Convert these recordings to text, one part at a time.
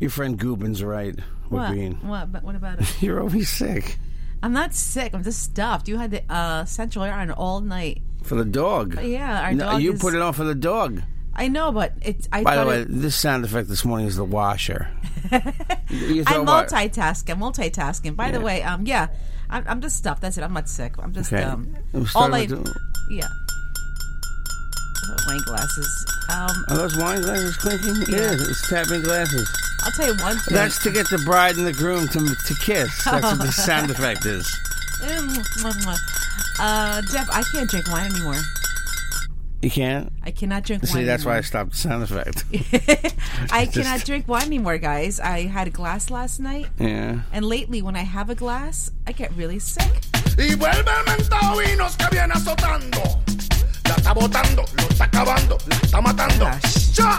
Your friend Goobin's right. With What? being, What? But what about it? you're always sick I'm not sick. I'm just stuffed. You had the uh, central air on all night. for the dog. Yeah, our dog you is- put it on for the dog. I know, but it's. I By the thought way, it- this sound effect this morning is the washer. You I'm thought what? multitasking. I'm multitasking. By the way, um, yeah, I'm, I'm just stuffed. That's it. I'm not sick. I'm just Okay. um, We'll start all I, with the- yeah. Oh, Wine glasses. Um, Are those wine glasses clinking? Yeah, it's tapping glasses. I'll tell you one thing. That's to get the bride and the groom to, to kiss. That's what the sound effect is. Eh, uh, Jeff, I can't drink wine anymore. You can't I cannot drink wine. see. That's why I anymore. stopped the sound effect. I just- cannot drink wine anymore, guys. I had a glass last night, Yeah. and lately, when I have a glass, I get really sick. Y vuelve el mentavinos que viene azotando. La está botando, lo está acabando, la está matando. Gosh. ¡Ya!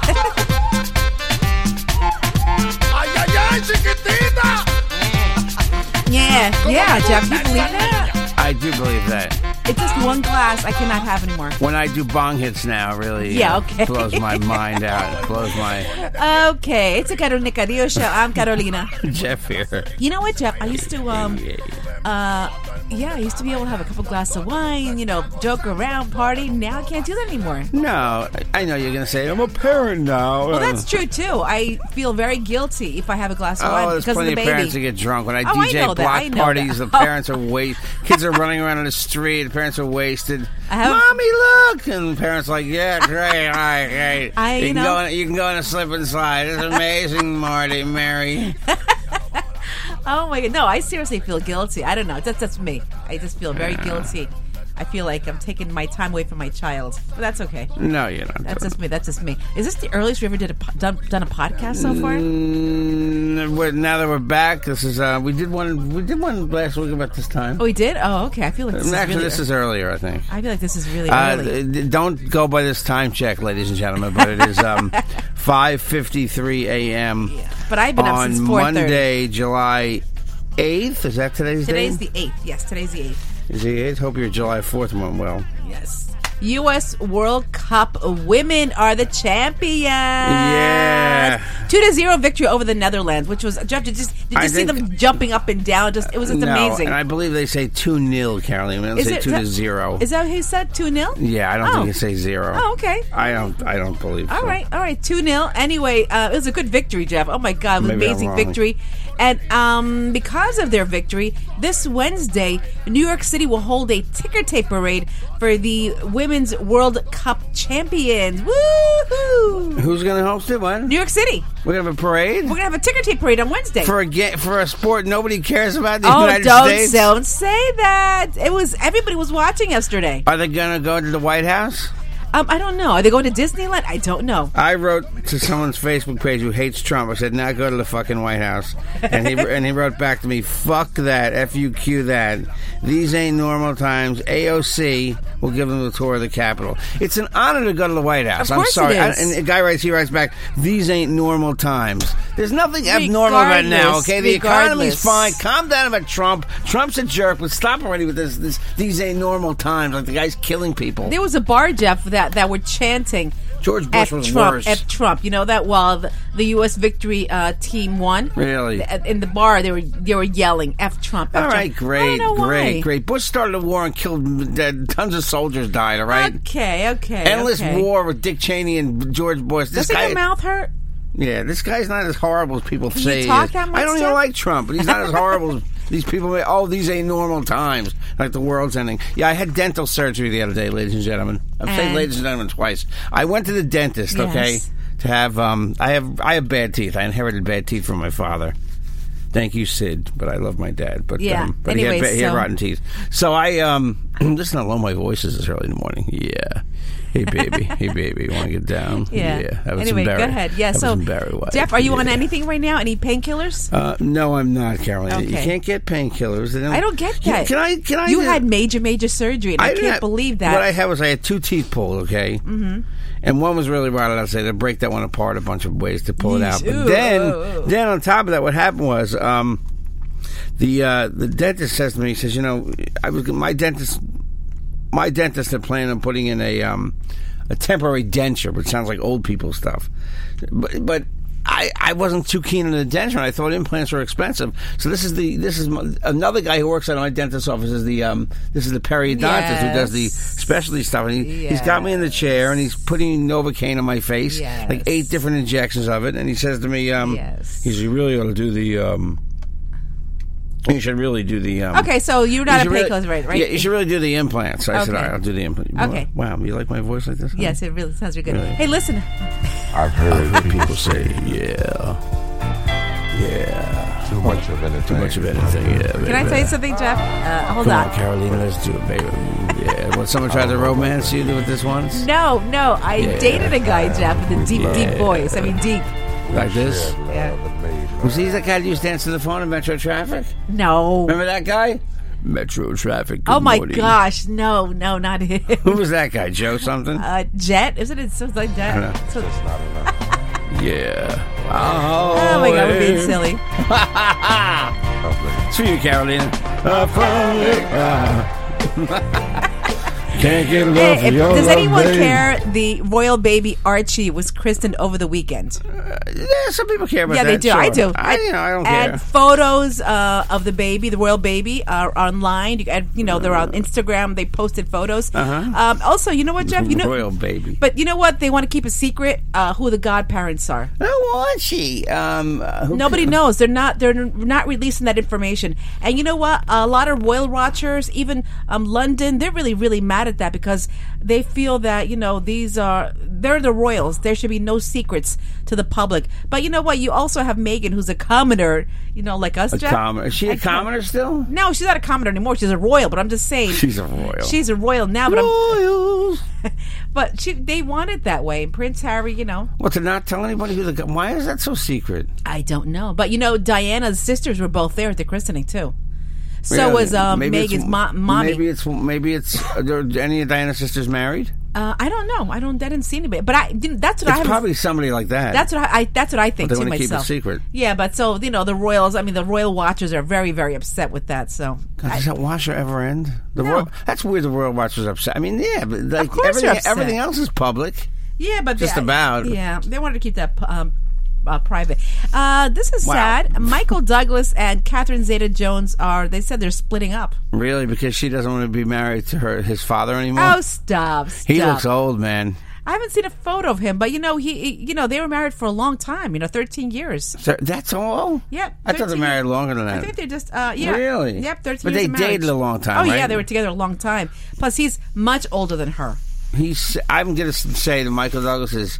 ¡Ay, ay, ay, chiquitita! Yeah, yeah, Jeff, you believe that? I do believe that. It's just one glass I cannot have anymore. When I do bong hits now, it really Yeah, uh, okay. blows my mind out. It blows my Okay, it's a Carolina Cadillo show. I'm Carolina. Jeff here. You know what, Jeff? I used to, um, uh, yeah, I used to be able to have a couple glasses of wine, you know, joke around, party. Now I can't do that anymore. No, I know you're gonna say I'm a parent now. Well, that's true too. I feel very guilty if I have a glass of Oh, wine there's because of plenty the of, baby. parents that get drunk. When I Oh, I DJ know that. block I know parties, that. the parents are wasted. Kids are running around on the street. The parents are wasted. I have- Mommy, look! And the parents are like, yeah, great, all right, great. I- you, you can know- go on, you can go on a slip and slide. It's amazing, Marty, Mary. Oh my god! No, I seriously feel guilty. I don't know. That's that's me. I just feel very guilty. I feel like I'm taking my time away from my child, but that's okay. No, you don't. That's just me. That's just me. Is this the earliest we ever did a po- done, done a podcast so far? Mm, we're- now that we're back, this is uh, we did one we did one last week about this time. Oh, we did. Oh, okay. I feel like this Actually, is really. this is earlier, I think. I feel like this is really Uh, early. d- don't go by this time check, ladies and gentlemen, but it is um, 5.53 a.m. But I've been up on since 4:30. Monday, July 8th. Is that today's, Today's date? the eighth. Yes, today's the eighth. is the 8th? Hope your July 4th went well. Yes. U.S. World Cup women are the champions. Yeah. two to zero victory over the Netherlands, which was Jeff. Did you, did you I see think- them jumping up and down? Just it was just no, amazing. And I believe they say 2 0, Caroline. They don't say 2 that- to 0. Is that who you said? 2 0? yeah, I don't Oh. think they say 0. Oh, okay. I don't I don't believe All so. right, all right, 2 0. Anyway, uh, it was a good victory, Jeff. Oh my God, it was Maybe I'm amazing wrong. victory. And um, because of their victory, this Wednesday, New York City will hold a ticker tape parade for the Women's World Cup champions. Woohoo! Who's going to host it? What? New York City. We're going to have a parade? We're going to have a ticker tape parade on Wednesday. for a, ga- for a sport nobody cares about in the oh, United don't, States? don't say that. It was, everybody was watching yesterday. Are they going to go to the White House? Um, I don't know. Are they going to Disneyland? I don't know. I wrote to someone's Facebook page who hates Trump. I said, "Now go to the fucking White House," and he and he wrote back to me, "Fuck that, fuq that. These ain't normal times. AOC will give them the tour of the Capitol. It's an honor to go to the White House. Of I'm course sorry." it is. I- and the guy writes, he writes back, "These ain't normal times. There's nothing abnormal right now. Regardless, Okay, the economy's regardless. fine. Calm down about Trump. Trump's a jerk. But stop already with this. this these ain't normal times. Like the guy's killing people. There was a bar, Jeff, that, that were chanting George Bush F was Trump, worse. F Trump. You know that while the, the U.S. victory uh, team won, Really? Th- in the bar they were they were yelling F Trump. F All right, Trump. I great, don't know great, why. great. Bush started a war and killed uh, tons of soldiers. Died. All right, Okay, okay, endless okay. war with Dick Cheney and George Bush. This Doesn't guy, your mouth hurt? Yeah, this guy's not as horrible as people you say. he talk is. that much, I don't even Jeff? like Trump, but he's not as horrible as these people. Make. Oh, these ain't normal times. Like the world's ending. Yeah, I had dental surgery the other day, ladies and gentlemen. I'm saying And- ladies and gentlemen twice. I went to the dentist. Okay, Yes. to have um, I have I have bad teeth. I inherited bad teeth from my father. Thank you, Sid. But I love my dad. But Yeah, um, but he, had, anyways, ba- he had so- rotten teeth. So I um, listen to low my voices this early in the morning. Yeah. Hey baby, hey baby, want to get down? Yeah. That was anyway, some go Barry- ahead. Yeah. that was so, some Barry White. Jeff, are you on Yeah. anything right now? Any painkillers? Uh, no, I'm not, Carolina. You Okay. can't get painkillers. They I don't get You- that. Can I? Can I? You do- had major, major surgery, and I, didn't can't have- believe that. What I had was I had two teeth pulled. Okay. Mm-hmm. And one was really rotted out. So they break that one apart a bunch of ways to pull it out. But Ew. then, then on top of that, what happened was. Um, the uh, the dentist says to me, he says, you know, I was my dentist, my dentist had planned on putting in a um, a temporary denture, which sounds like old people stuff, but but. I, I wasn't too keen on the denture. and I thought implants were expensive. So this is the this is my, another guy who works at my dentist's office is the um this is the periodontist who does the Yes. specialty stuff. And he, he's got me in the chair and he's putting Novocaine on my face, Yes. like eight different injections of it. And he says to me, um, Yes. he says you really ought to do the um, you should really do the. Um, okay, so you're you not a should really- painkiller, right? Right? Yeah, you should really do the implants. I said, Okay. all right, I'll do the implants. Okay. Wow, you like my voice like this? huh? Yes, it really sounds really good. Really? Hey, listen, I've heard What people say, yeah, too much of anything. too much of anything. Yeah. can I tell you something, Jeff? Uh, hold Come on, on. Carolina, let's do it, baby. Oh, Yeah. When someone tried to romance you with this once, No, no, I dated a guy, Jeff, with a deep, deep voice. I mean, deep. like this. Yeah. Was he the guy that used to answer the phone in Metro traffic? No. Remember that guy? Metro traffic. good Oh my morning. gosh, no, no, not him. Who was that guy? Joe something? Uh, Jet, isn't it something like don't that? know. So- yeah. Oh, oh my god, we're being hey. silly. It's for you, Carolina. A public Can't get Hey, if- does anyone care the royal baby Archie was christened over the weekend? Yeah, some people care about yeah, that. they do. I sure. do. I, you know, I don't and care. photos uh, of the baby, the royal baby, are online. You, and, you know, they're on Instagram. They posted photos. Uh-huh. Um, also, you know what, Jeff? You know, Royal baby. But you know what? They want to keep a secret uh, who the godparents are. Who was she? Um, uh, who- Nobody knows. They're not. They're not releasing that information. And you know what? A lot of royal watchers, even um, London, they're really, really mad at that because they feel that you know these are they're the royals. There should be no secrets to the public. But you know what? You also have Megan, who's a commoner. You know, like us. A Jeff. commoner. Is she a I can't- commoner still? No, she's not a commoner anymore. She's a royal. But I'm just saying, She's a royal. She's a royal now. But I'm, Royals. but she, they want it that way. And Prince Harry, you know. What to not tell anybody who the go- why is that so secret? I don't know, but you know, Diana's sisters were both there at the christening too. So was um, Maybe it's- Megan's mo- mommy. Maybe it's maybe it's are there any of Diana's sisters married? uh, I don't know. I don't. I didn't see anybody. But I didn't. That's what I It's haven't. probably somebody like that. that's what I, I. That's what I think But they to wanna keep it myself. secret. Yeah, but so you know, the royals. I mean, the royal watchers are very, very upset with that. So God, does that washer ever end? The No. world, that's weird. The world watch was upset. I mean, yeah, but like course everything, they're upset. everything else is public. yeah, but Just they- about. Yeah, they wanted to keep that um, uh, private. Uh, this is Wow. sad. Michael Douglas and Catherine Zeta-Jones are. They said they're splitting up. Really, because she doesn't want to be married to her his father anymore. Oh, stop! stop. he looks old, man. I haven't seen a photo of him, but you know he, he- you know, they were married for a long time. You know, thirteen years. So that's all. Yep. I thought they 13 married longer than I that. think they're just, uh, yeah, Really? yep, thirteen. But years they of marriage. dated a long time, Oh right? yeah, they were together a long time. Plus, he's much older than her. He's. I'm gonna s- say that Michael Douglas is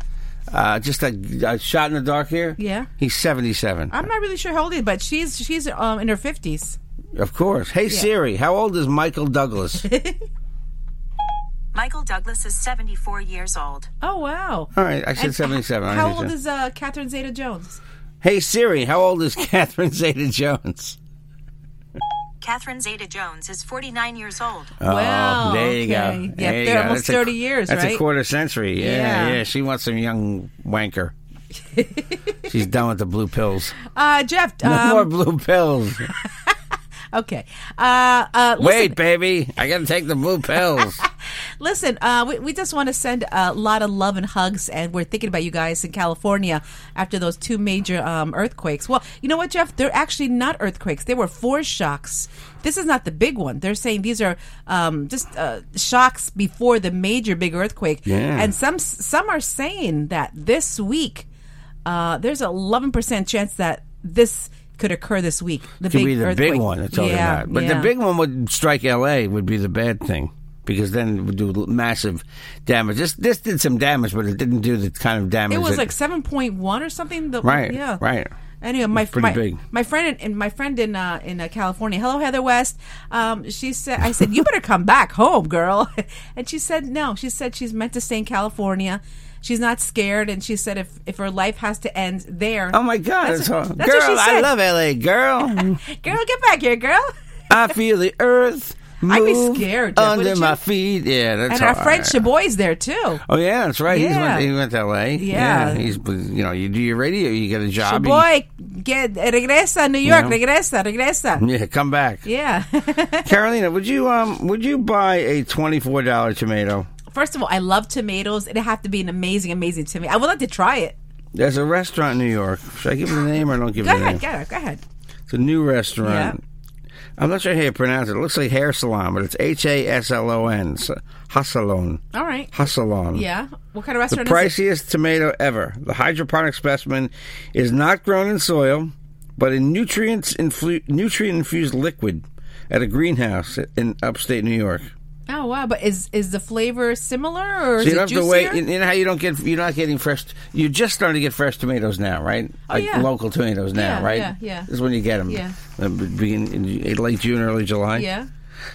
uh, just a, a shot in the dark here. Yeah. he's 77. I'm not really sure how old he is, but she's she's um, in her fifties. of course. Hey Siri, how old is Michael Douglas? Michael Douglas is 74 years old. Oh wow. all right, I said And 77. I How did old that. is uh, Catherine Zeta Jones? Hey Siri, how old is Catherine Zeta-Jones? Catherine Zeta Jones is 49 years old. wow. Oh, there you okay. go. Yeah, There you they're go. almost That's a- thirty years, That's right? a quarter century. Yeah, yeah. Yeah. She wants some young wanker. She's done with the blue pills. Uh, Jeff. No um, more blue pills. okay. Uh, uh, listen- Wait, baby, I gotta take the blue pills. Listen, uh, we, we just want to send a lot of love and hugs, and we're thinking about you guys in California after those two major um, earthquakes. Well, you know what, Jeff? They're actually not earthquakes, they were four shocks. This is not the big one. They're saying these are um, just uh, shocks before the major big earthquake. Yeah. And some some are saying that this week Uh, there's a 11% chance that this could occur this week. The could be the earthquake. big one. That's all Yeah, about. But yeah. the big one would strike L.A. would be the bad thing because then it would do massive damage. This this did some damage, but it didn't do the kind of damage. It was that- like seven point one or something. The, Right, Yeah. right. Anyway, my Pretty my, big. my friend in, my friend in uh, in uh, California. Hello, Heather West. Um, she said, "I said you better come back home, girl," and she said, "No." She said she's meant to stay in California. She's not scared, and she said if if her life has to end there. oh my god! That's it's what- all- that's what girl, she I said. love L.A. Girl, girl, get back here, girl. I feel the earth. I'd be move scared, Jeff, under wouldn't my you? feet. Yeah, that's and our all friend right. Shaboy's there too. Oh yeah, that's right. He's Yeah. went, he went to L.A. Yeah. he's you know you do your radio, you get a job. you- Shaboy, get regresa New York, Yeah. regresa, regresa. yeah, come back, Yeah. Carolina. Would you um would you buy a twenty four dollar tomato? First of all, I love tomatoes. It'd have to be an amazing, amazing tomato. I would like to try it. There's a restaurant in New York. Should I give it the name or don't give Go it the name? ahead, go ahead, go ahead. It's a new restaurant. I'm not sure how you pronounce it. It looks like hair salon, but it's H A S L O N. So, Hassalon. All right. Hassalon. Yeah. What kind of The restaurant is it? priciest tomato ever. The hydroponic specimen is not grown in soil, but in nutrients influ- nutrient infused liquid at a greenhouse in upstate New York. Oh wow, but is is the flavor similar or So you is don't it have juicier? to wait. You you know how you don't get you're not getting fresh. You're just starting to get fresh tomatoes now, right? Oh, like yeah. local tomatoes now, Yeah, right? yeah, yeah. This is when you get them. Yeah. Uh, be- begin in late June, early July. yeah.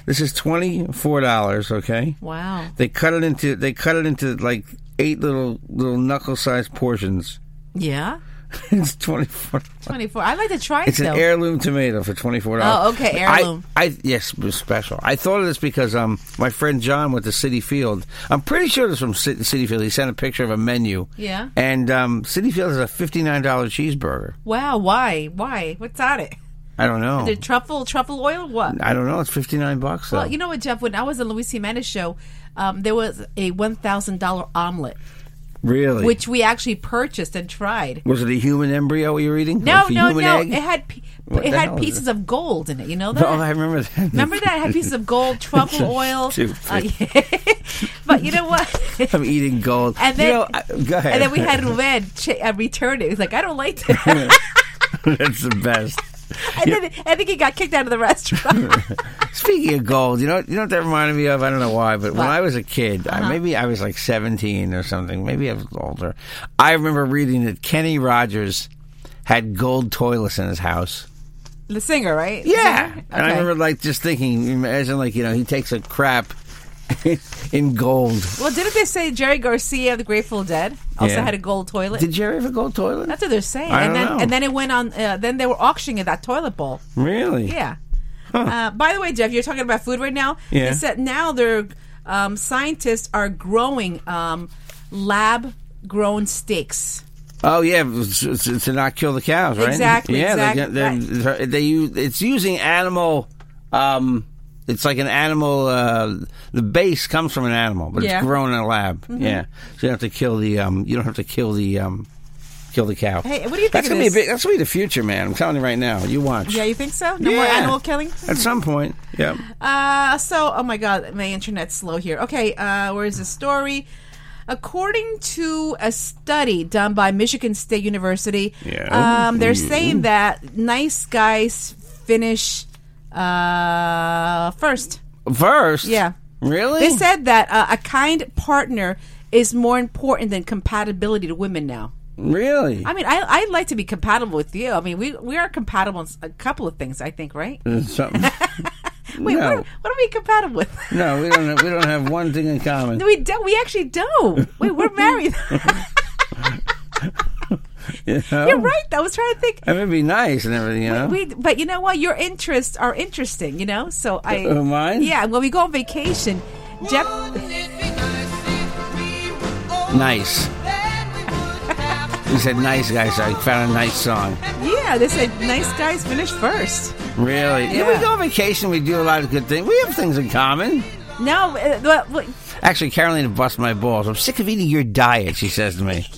This is twenty four dollars. Okay. Wow. They cut it into they cut it into like eight little little knuckle sized portions. Yeah. it's twenty four. Twenty four. I'd like to try It's it an though. heirloom tomato for twenty four dollars. Oh, okay, heirloom. I, I yes, it was special. I thought of this because um, my friend John went to City Field. I'm pretty sure it's from Ci- City Field. He sent a picture of a menu. Yeah. And um, City Field has a fifty nine dollar cheeseburger. wow, why? Why? What's on it? I don't know. The truffle truffle oil? What? I don't know. It's fifty nine bucks. Though. Well, you know what, Jeff, when I was at Luis Jimenez show, um, there was a one thousand dollar omelet, really? which we actually purchased and tried. was it a human embryo you were eating? No, Like a no, human no. egg? It had pe- What it the had hell is pieces it? of gold in it. You know that. No, I remember that. Remember that? It had pieces of gold, truffle oil. Stupid. Uh, yeah. but you know what? I'm eating gold. And then, you know, I, go ahead. and then we had Ruben ch- uh, return it. He was like, I don't like this. and That's the best. then I think he got kicked out of the restaurant. Speaking of gold, you know, you know what that reminded me of? I don't know why, but when I was a kid, Uh-huh. I, maybe I was like 17 or something, maybe I was older. I remember reading that Kenny Rogers had gold toilets in his house. the singer, right? The Yeah. singer? And I Okay. remember like just thinking, imagine like, you know, he takes a crap in gold. Well, didn't they say Jerry Garcia of the Grateful Dead also Yeah. had a gold toilet? Did Jerry have a gold toilet? That's what they're saying. I don't and then know. and then it went on. Uh, then they were auctioning that toilet bowl. really? Yeah. Uh, by the way, Jeff, you're talking about food right now. Yeah. It's that now they're um, scientists are growing um, lab grown steaks. Oh yeah, to, to- to not kill the cows, right? Exactly, Yeah, exact- they, they, they, use it's using animal. Um, it's like an animal. Uh, the base comes from an animal, but Yeah. Mm-hmm. it's grown in a lab. Yeah, so you don't have to kill the. Um, you don't have to kill the. Um, kill the cow. Hey, what do you think That's of gonna this? be a big, that's gonna be the future, man. I'm telling you right now. You watch. Yeah, you think so? No more Yeah. animal killing. At some point. Yeah. Uh, so, oh my God, my internet's slow here. Okay, uh, where's the story? According to a study done by Michigan State University, Yeah. um, they're saying that nice guys finish uh, first. First. Yeah. Really? They said that uh, a kind partner is more important than compatibility to women now. really. I mean, I I'd like to be compatible with you. I mean, we we are compatible in s- a couple of things, I think, right? Something. Wait, no. what, what are we compatible with? No, we don't. Have, we don't have one thing in common. we do. We actually do. Wait, we're married. Oh. you know? You're right. I was trying to think. I mean, it'd be nice and everything, you know. We, but you know what? Your interests are interesting. You know, so I. Uh, mine? Yeah, when we go on vacation, Jeff. oh, Nice. He said nice guy, so I found a nice song. Yeah, they said nice guys finish first. Really? Yeah. we Yeah. go on vacation, we do a lot of good things. We have things in common. No, uh, well, well, Actually, Carolina busts my balls. I'm sick of eating your diet, she says to me.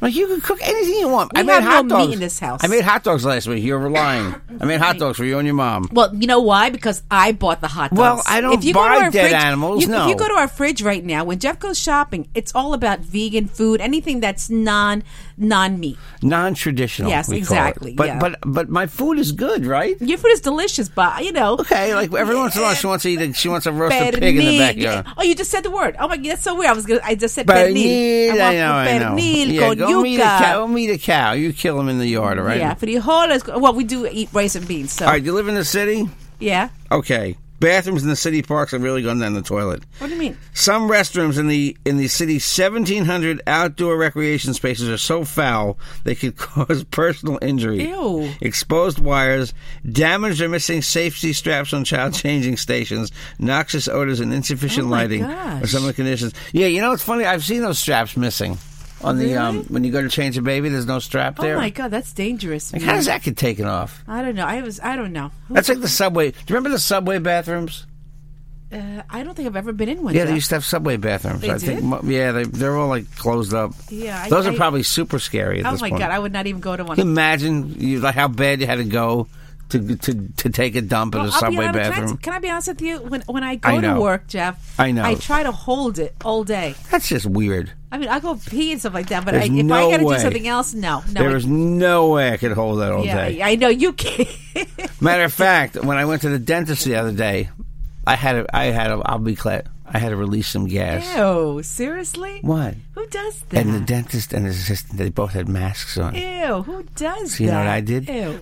Like you can cook anything you want. We I made have no hot meat dogs in this house. I made hot dogs last week. You're lying. I made hot dogs for you and your mom. Well, you know why? Because I bought the hot dogs. Well, I don't if you buy go to our dead fridge, animals. you- no. If you go to our fridge right now, when Jeff goes shopping, it's all about vegan food, anything that's non non meat. non-traditional. Yes, we call it. exactly, But yeah. but but my food is good, right? Your food is delicious, but you know. Okay, like every once in a while she wants to eat. A, she wants a roasted pig in the pernil. backyard. Oh, you just said the word. Oh my god, that's so weird. I was gonna, I just said Pernil, pernil. I know, I know. want pernil yeah, con go meet a yuca. cow. Go meet a cow. You kill him in the yard, all right? Yeah, frijoles. Well, we do eat rice and beans. So All right. You live in the city. yeah. Okay. Bathrooms in the city parks have really gone down the toilet. What do you mean? Some restrooms in the in the city's 1,700 outdoor recreation spaces are so foul they could cause personal injury. Ew. Exposed wires, damaged or missing safety straps on child changing stations, noxious odors, and insufficient Oh my lighting are gosh. some of the conditions. Yeah, you know what's funny? I've seen those straps missing on the um when you go to change a baby. There's no strap there. Oh my god, that's dangerous. Like, man. how does that get taken off? I don't know. I was. I don't know. Who- That's like the subway. Do you remember the subway bathrooms? uh, I don't think I've ever been in one. Yeah, Jeff. they used to have subway bathrooms. They I think. did? mo- Yeah, they they're all like closed up. Yeah, I- those are I- probably super scary. At Oh this my point. god, I would not even go to one. Can you imagine you, like how bad you had to go to to to take a dump in Well, a I'll be subway honest- can I- bathroom. Can I, be honest with you? When when I I go know. to work, Jeff, I know. I try to hold it all day. That's just weird. I mean, I go pee and stuff like that, but I, There's if no I got to way. do something else, no, no. there is no way I could hold that all yeah, day. I, I know you can't. Matter of fact, when I went to the dentist the other day, I had a, I had a, I'll be glad I had to release some gas. Ew, seriously? What? Who does that? And the dentist and his assistant, they both had masks on. Ew, who does You that? know what I did? Ew.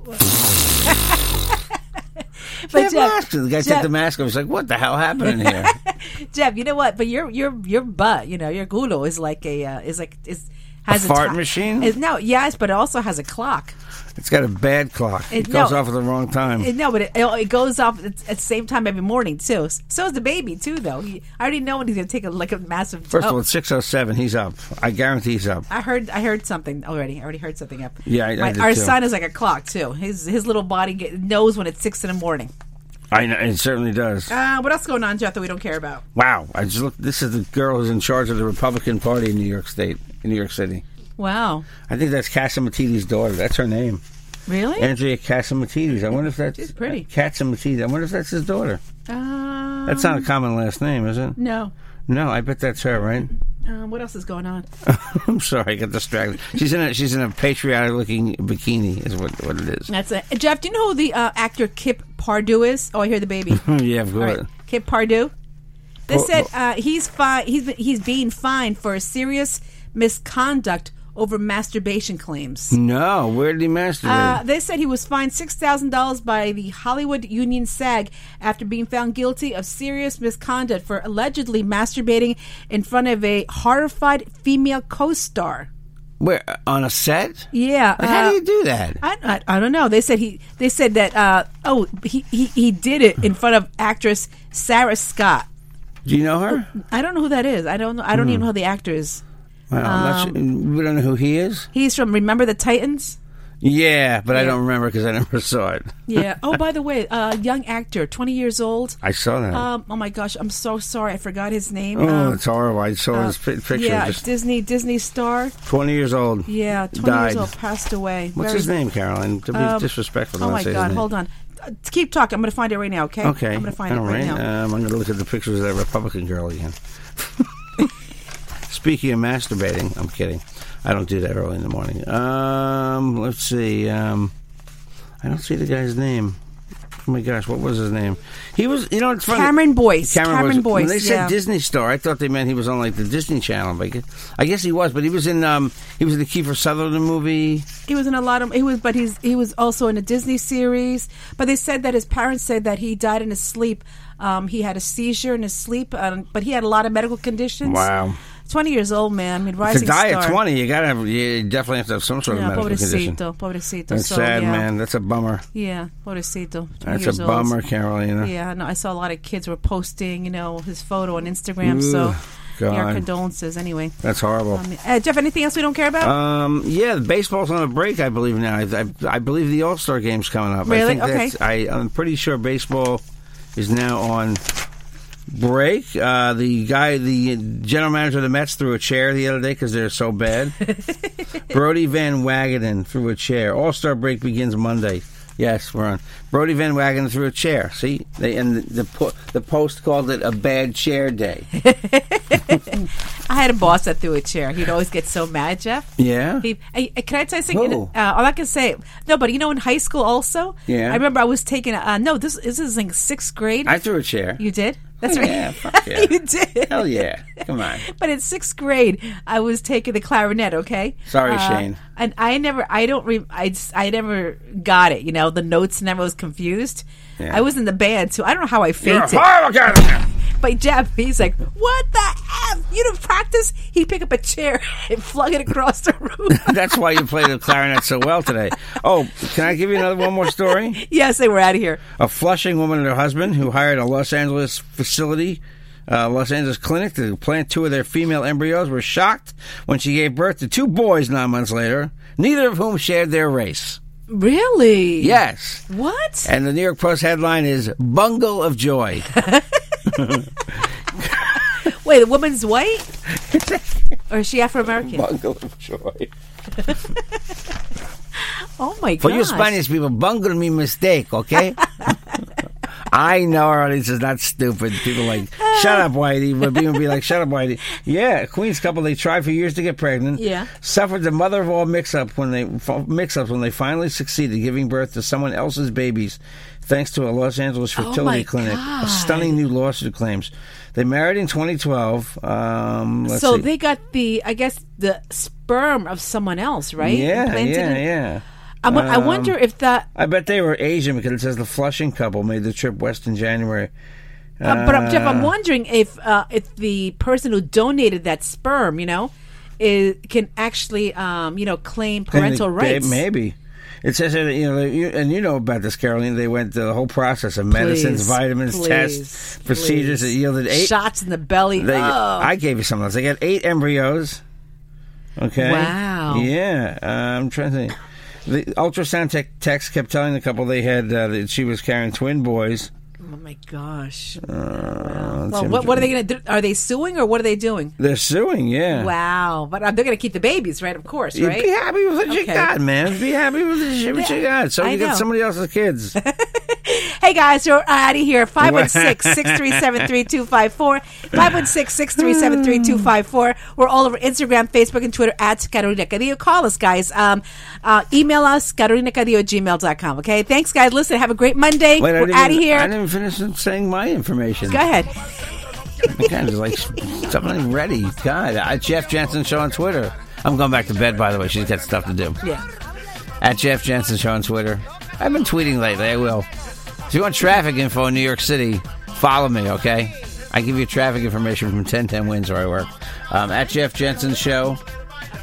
They but uh, had Jeff, masks. The guy took Jeff- the mask off. He's like, "What the hell happened in here?" Jeff, you know what? But your your your butt, you know, your gulo is like a uh, is like is has a, fart ti- machine? Is, no, yes, but it also has a clock. It's got a bad clock. It, It- goes no. off at the wrong time. Uh, No, but it, it goes off at, at the same time every morning too. So is the baby too, though. He, I already know when he's going to take a, like a massive. First of oh, all, it's six oh seven. He's up. I guarantee he's up. I heard I heard something already. I already heard something up. Yeah, I- I My, did, our too. son is like a clock too. His his little body get, knows when it's six in the morning. I know it certainly does. Uh, what else going on, Jeff? That we don't care about. wow! I just look. This is the girl who's in charge of the Republican Party in New York State, in New York City. Wow, I think that's Casamatides' daughter. That's her name, really? Andrea Casamatides. I wonder if that's She's pretty. Casamatides. I wonder if that's his daughter. um, That's not a common last name, is it? no. No, I bet that's her, right? Um, what else is going on? I'm sorry, I got distracted. She's in a she's in a patriotic-looking bikini, is what what it is. That's it. Jeff, do you know who the uh, actor Kip Pardue is? Oh, I hear the baby. yeah, of All course. right, Kid Pardue. They Well, said uh, he's fi- he's been- he's being fined for serious misconduct over masturbation claims. No, where did he masturbate? Uh, they said he was fined six thousand dollars by the Hollywood Union SAG after being found guilty of serious misconduct for allegedly masturbating in front of a horrified female co-star. Where on a set? Yeah, Like, how uh, do you do that? I, I, I don't know. They said he. They said that. Uh, oh, he, he he did it in front of actress Sarah Scott. do you know her? I don't know who that is. I don't know. I don't even know who the actor is. Well, I'm not Um. sure- we don't know who he is. He's from Remember the Titans. Yeah, but I don't remember because I never saw it. Yeah. Oh, by the way, uh, young actor, twenty years old. I saw that. Um. Oh my gosh, I'm so sorry. I forgot his name. oh, um, it's horrible. I saw uh, this pi- picture. Yeah, just Disney Disney star. 20 years old. Yeah, twenty died. years old, passed away. What's Very- his name, Caroline? To be um, disrespectful. Oh not my say his God, name. hold on. Uh, keep talking. I'm going to find it right now. Okay. Okay. I'm going to find All it right, right. now. Um, I'm going to look at the pictures of that Republican girl again. Speaking of masturbating, I'm kidding. I don't do that early in the morning. Um, let's see. Um, I don't see the guy's name. Oh my gosh, what was his name? He was, you know, it's funny. Cameron Boyce. Cameron When Boyce, they said yeah. Disney star, I thought they meant he was on like the Disney Channel. But I guess, I guess he was, but he was in um, he was in the Kiefer Sutherland movie. He was in a lot of. He was, but he's he was also in a Disney series. But they said that his parents said that he died in his sleep. Um, he had a seizure in his sleep, um, but he had a lot of medical conditions. Wow. twenty years old man. I mean, To rising die star. at twenty, you gotta have, you definitely have to have some sort Yeah, of medical condition. pobrecito, pobrecito. That's so, sad, yeah. man. That's a bummer. Yeah, pobrecito. 20 That's years a old. bummer, Carolina. Yeah, I know. I saw a lot of kids were posting, you know, his photo on Instagram. so, Ooh, God. our condolences. Anyway, That's horrible. um, uh, Jeff, anything else we don't care about? Um, yeah, the baseball's on a break, I believe now. I, I, I believe the All Star game's coming up. I Really? think Okay. that's- I, I'm pretty sure baseball is now on break. Uh, the guy, the general manager of the Mets, threw a chair the other day because they're so bad. Brody Van Wagenen threw a chair. All Star break begins Monday. Yes, we're on. Brody Van Wagenen threw a chair. See, they, and the the, po- the Post called it a bad chair day. I had a boss that threw a chair. He'd always get so mad, Jeff. Yeah? He, I, I- can I tell you something? Who? Uh, all I can say, no, but you know, in high school also. Yeah. I remember I was taking. Uh, no, this, this is in sixth grade. I threw a chair. You did. That's right. Yeah, fuck yeah. you did. Hell yeah! Come on. But in sixth grade, I was taking the clarinet. Okay. Uh, Sorry, Shane. And I never, I don't, re- I, s- I never got it. You know, the notes and I was confused. Yeah. I was in the band, so I don't know how I You're a faked it. horrible guy. But Jeff, he's like, "What the f? You didn't practice?" He pick up a chair and flung it across the room. That's why you played the clarinet so well today. Oh, can I give you another one more story? yes, they were out of here. a Flushing woman and her husband who hired a Los Angeles facility, uh, Los Angeles clinic to plant two of their female embryos were shocked when she gave birth to two boys nine months later, neither of whom shared their race. Really? Yes. What? And the New York Post headline is Bungle of Joy. Wait, the woman's white, or is she Afro American? bungle of Joy. Oh my For god! you Spanish people, bungle me mistake, okay? I know our audience is not stupid. People like, shut up, Whitey. Would be, would be like, shut up, Whitey. Yeah, a Queens couple. They tried for years to get pregnant. Yeah. suffered the mother of all mix-up when they mix-ups when they finally succeeded giving birth to someone else's babies, thanks to a Los Angeles fertility Oh my clinic. A stunning new lawsuit claims they married in 2012. Um, let's So see. they got the, I guess, the sperm of someone else, right? yeah, Implanted yeah, Um, in- yeah. I wo- I wonder if that. I bet they were Asian because it says the Flushing couple made the trip west in January. Uh, but uh, Jeff, I'm wondering if uh, if the person who donated that sperm, you know, is, can actually, um, you know, claim parental And they- rights. Maybe. It says that you know, they- you- and you know about this, Caroline. They went through the whole process of medicines, Please, vitamins, please, tests, procedures that please. yielded eight. shots in the belly. They, oh. I gave you some of those. They got eight embryos. Okay. Wow. Yeah. Uh, I'm trying to think. The ultrasound tech techs kept telling the couple they had uh, that she was carrying twin boys. oh my gosh! Uh, let's Well, see, what, what are they going to do? Are they suing or what are they doing? They're suing. Yeah. Wow! But uh, they're going to keep the babies, right? Of course, You right? Be happy with what you Okay. got, man. Be happy with the shit what you got. So I you know. got somebody else's kids. Hey guys, you're out of here. 516 637 3254. 516 637 3254. We're all over Instagram, Facebook, and Twitter at Carolina Cadillo. Call us, guys. Um, uh, email us, carolinacadillo@gmail.com. Okay. Thanks, guys. Listen, have a great Monday. Wait, I We're didn't out of even- I here. didn't finish saying my information. Go ahead. I kind of like something ready. God, I, Jeff Jensen Show on Twitter. I'm going back to bed, by the way. She's got stuff to do. Yeah. At Jeff Jensen Show on Twitter. I've been tweeting lately. I will. If you want traffic info in New York City, follow me, okay? I give you traffic information from 1010 Winds, where I work. Um, at Jeff Jensen Show.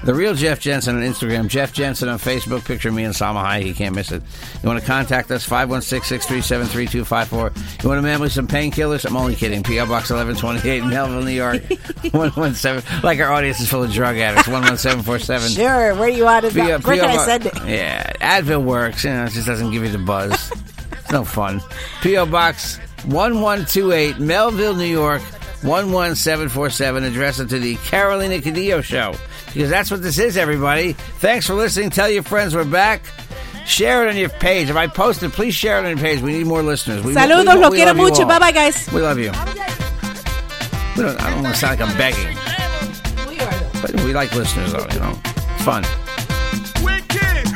The real Jeff Jensen on Instagram, Jeff Jensen on Facebook. Picture me and Salma Hayek. You can't miss it. You want to contact us? 516-637-3254. You want to man with some painkillers? I'm only kidding. P.O. Box 1128 in Melville, New York. 117. Like our audience is full of drug addicts. 11747. Sure. Where you at? Is P.O. that? Where P.O. can I Box- send it? Yeah. Advil works. You know, it just doesn't give you the buzz. it's no fun. P.O. Box 1128, Melville, New York. 11747 address it to the Carolina Cadillo show because that's what this is everybody thanks for listening tell your friends we're back share it on your page if I post it please share it on your page we need more listeners we, Saludos, we- we lo quiero love you mucho. all. Bye-bye, guys. we love you we don't, I don't want to sound like I'm begging but we like listeners though you know it's fun Oh, Wicked!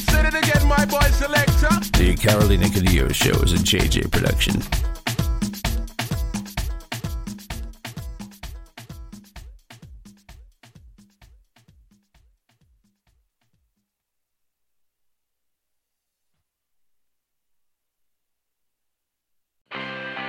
Say it again, my boy selector. The Carolina Cadillo Show is a JJ production.